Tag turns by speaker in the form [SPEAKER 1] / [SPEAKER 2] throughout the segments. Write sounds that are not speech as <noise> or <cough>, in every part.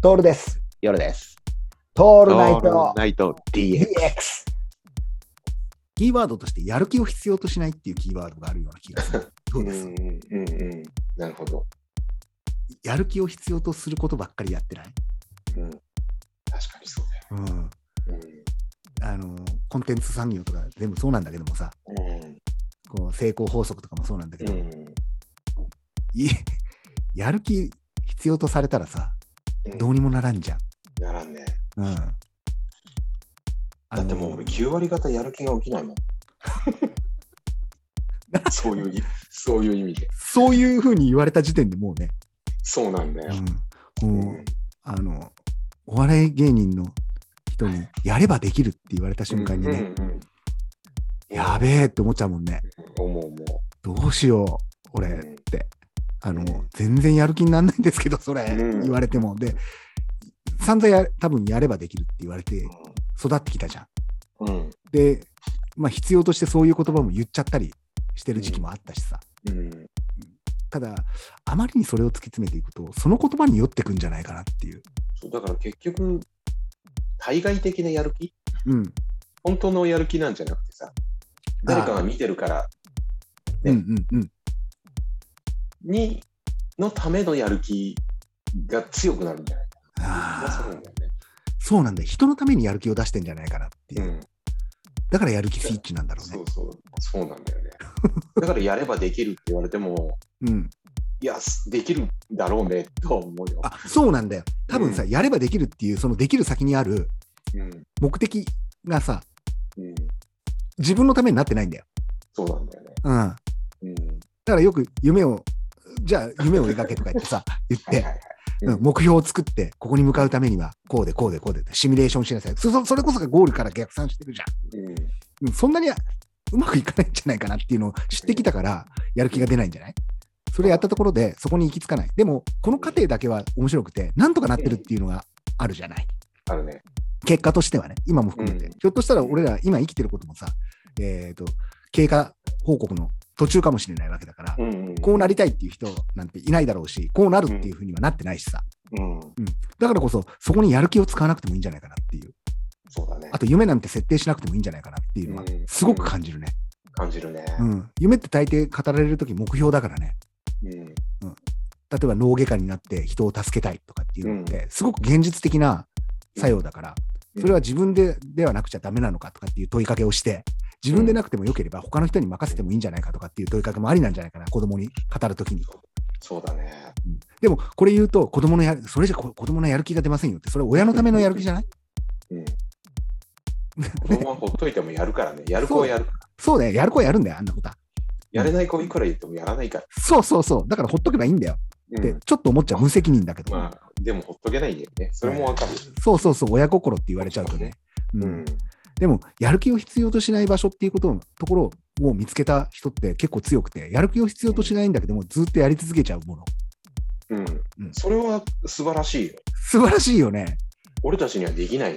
[SPEAKER 1] トールです。
[SPEAKER 2] 夜です。
[SPEAKER 1] ト
[SPEAKER 2] オ
[SPEAKER 1] ールナイト
[SPEAKER 2] ナイト DX。
[SPEAKER 1] DX。キーワードとして、やる気を必要としないっていうキーワードがあるような気がす
[SPEAKER 3] <laughs>
[SPEAKER 1] る。どう
[SPEAKER 3] うん
[SPEAKER 1] で
[SPEAKER 3] う
[SPEAKER 1] す、
[SPEAKER 3] んうんうん。なるほど。
[SPEAKER 1] やる気を必要とすることばっかりやってない、
[SPEAKER 3] うん。確かにそう
[SPEAKER 1] うん、
[SPEAKER 3] だよ。
[SPEAKER 1] あのコンテンツ産業とか全部そうなんだけどもさ、
[SPEAKER 3] う
[SPEAKER 1] こう成功法則とかもそうなんだけど、
[SPEAKER 3] ん。うん。
[SPEAKER 1] いやる気必要とされたらさ、
[SPEAKER 3] うん
[SPEAKER 1] どうにもならんじゃん。
[SPEAKER 3] ならんね。
[SPEAKER 1] うん、
[SPEAKER 3] だってもう俺
[SPEAKER 1] あの
[SPEAKER 3] 9割方やる気が起
[SPEAKER 1] <laughs>
[SPEAKER 3] きないもん。そういうい、そういう意味で。
[SPEAKER 1] そういうふうに言われた時点でもうね、
[SPEAKER 3] そうなんだよ。
[SPEAKER 1] うん、もう、あの、お笑い芸人の人に、やればできるって言われた瞬間にね、
[SPEAKER 3] うんうんうん
[SPEAKER 1] やべえって思っちゃうもんね。
[SPEAKER 3] 思う思う。
[SPEAKER 1] どうしよう、俺
[SPEAKER 3] うん
[SPEAKER 1] って。あの、
[SPEAKER 3] うん
[SPEAKER 1] 全然やる気にならないんですけど、それ、
[SPEAKER 3] うん
[SPEAKER 1] 言われても。で、散々や、多分やればできるって言われて育ってきたじゃん。
[SPEAKER 3] うん。
[SPEAKER 1] で、まあ必要としてそういう言葉も言っちゃったりしてる時期もあったしさ。
[SPEAKER 3] うん。
[SPEAKER 1] ただ、あまりにそれを突き詰めていくと、その言葉に酔ってくんじゃないかなっていう。
[SPEAKER 3] そうだから結局、対外的なやる気
[SPEAKER 1] うん。
[SPEAKER 3] 本当のやる気なんじゃなくてさ、誰かが見てるから
[SPEAKER 1] う
[SPEAKER 3] ね
[SPEAKER 1] んうんうん。
[SPEAKER 3] に、のためのやる気が強くなるんじゃないか
[SPEAKER 1] あ
[SPEAKER 3] な。
[SPEAKER 1] ー
[SPEAKER 3] するんだよね。
[SPEAKER 1] そうなんだよ人のためにやる気を出してんじゃないかなっていうう、
[SPEAKER 3] ん。
[SPEAKER 1] だからやる気スイッチなんだろう
[SPEAKER 3] そ
[SPEAKER 1] ね
[SPEAKER 3] うそう、そうなんだよね。だからやればできるって言われても、
[SPEAKER 1] うん
[SPEAKER 3] いや、すできるんだろうねとは思うよ。
[SPEAKER 1] あそうなんだよ多分さ、やればできるっていうそのできる先にある
[SPEAKER 3] うん、
[SPEAKER 1] 目的がさ
[SPEAKER 3] うん、
[SPEAKER 1] 自分のためになってないんだよ、
[SPEAKER 3] そうなんだよね。
[SPEAKER 1] うん、だか
[SPEAKER 3] うん、
[SPEAKER 1] らよく夢をじゃあ夢を描けとか言って
[SPEAKER 3] <laughs>
[SPEAKER 1] さ言っ
[SPEAKER 3] はい
[SPEAKER 1] て、
[SPEAKER 3] はいはい。
[SPEAKER 1] うん目標を作ってここに向かうためにはこうでこうでこうでってシミュレーションしなさいそそそれこそがゴールから逆算してるじゃ
[SPEAKER 3] うん、
[SPEAKER 1] ん、うん、そんなにうまくいかないんじゃないかなっていうのを知ってきたから、やる気が出ないんじゃないそれやったところで、そこに行き着かない。でも、この過程だけは面白くて、なんとかなってるっていうのがあるじゃない。
[SPEAKER 3] あるね。
[SPEAKER 1] 結果としてはね、今も含めて。
[SPEAKER 3] うん
[SPEAKER 1] ひょっとしたら、俺ら今生きてることもさ、えっ、と、経過報告の途中かもしれないわけだから、
[SPEAKER 3] うん、うん、
[SPEAKER 1] こうなりたいっていう人なんていないだろうし、こうなるっていうふうにはなってないしさ。
[SPEAKER 3] うん、
[SPEAKER 1] だからこそ、そこにやる気を使わなくてもいいんじゃないかなっていう。
[SPEAKER 3] そうだね
[SPEAKER 1] あ。と、夢なんて設定しなくてもいいんじゃないかなっていうのは
[SPEAKER 3] うん、
[SPEAKER 1] すごく感じるね。
[SPEAKER 3] 感じるね。
[SPEAKER 1] うん。夢って大抵語られるとき目標だからね。
[SPEAKER 3] うん、
[SPEAKER 1] 例えば脳外科になって人を助けたいとかっていうのって、すごく現実的な作用だから、
[SPEAKER 3] うん
[SPEAKER 1] それは自分でではなくちゃダメなのかとかっていう問いかけをして、自分でなくてもよければ他の人に任せてもいいんじゃないかとかっていう問いかけもありなんじゃないかな、子供に語るときに。
[SPEAKER 3] そうだね。
[SPEAKER 1] でもこれ言うと子供のや、それじゃこ子供のやる気が出ませんよって、それ親のためのやる気じゃない
[SPEAKER 3] うん。子供はほっといてもやるから
[SPEAKER 1] <laughs>
[SPEAKER 3] ね。やる子はやる。
[SPEAKER 1] そうだよ、やる子はやるんだよ、あんなことは。
[SPEAKER 3] やれない子いくら言ってもやらないか
[SPEAKER 1] そうそうそう、だからほっとけばいいんだよっ
[SPEAKER 3] ら。う
[SPEAKER 1] て
[SPEAKER 3] ん、、
[SPEAKER 1] ちょっと思っちゃう無責任だけど、
[SPEAKER 3] まあ、でもほっとけないんだよね。それもわかる。
[SPEAKER 1] そうそうそう、親心って言われちゃうとね。う
[SPEAKER 3] うんん、
[SPEAKER 1] でも、やる気を必要としない場所っていうことのところを見つけた人って結構強くて、やる気を必要としないんだけども、ずっとやり続けちゃうもの。
[SPEAKER 3] うん
[SPEAKER 1] うん、
[SPEAKER 3] それは素晴らしいよ。
[SPEAKER 1] 素晴らしいよね。
[SPEAKER 3] 俺たちにはできない。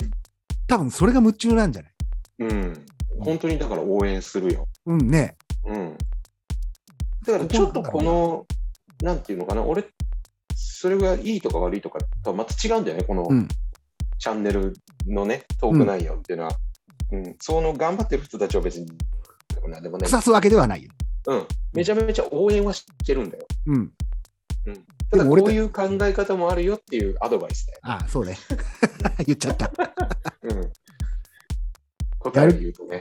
[SPEAKER 1] 多分それが夢中なんじゃない
[SPEAKER 3] うん、本当にだから応援するよ。
[SPEAKER 1] うんね。
[SPEAKER 3] うん。だからちょっとこの、なんていうのかな、俺、それがいいとか悪いとかとはまた違うんだよね、この、
[SPEAKER 1] うん
[SPEAKER 3] チャンネルのね、トーク内容っていうのは。うん、その頑張ってる人たちは別に、なんでもね、
[SPEAKER 1] 腐すわけではないよ。
[SPEAKER 3] うん、めちゃめちゃ応援はしてるんだよ。
[SPEAKER 1] うん。
[SPEAKER 3] た
[SPEAKER 1] でも
[SPEAKER 3] だこ
[SPEAKER 1] 俺
[SPEAKER 3] ういう考え方もあるよっていうアドバイスだよ。
[SPEAKER 1] <laughs> ああ、そうね。言っちゃった。
[SPEAKER 3] うん。答えを言うとね、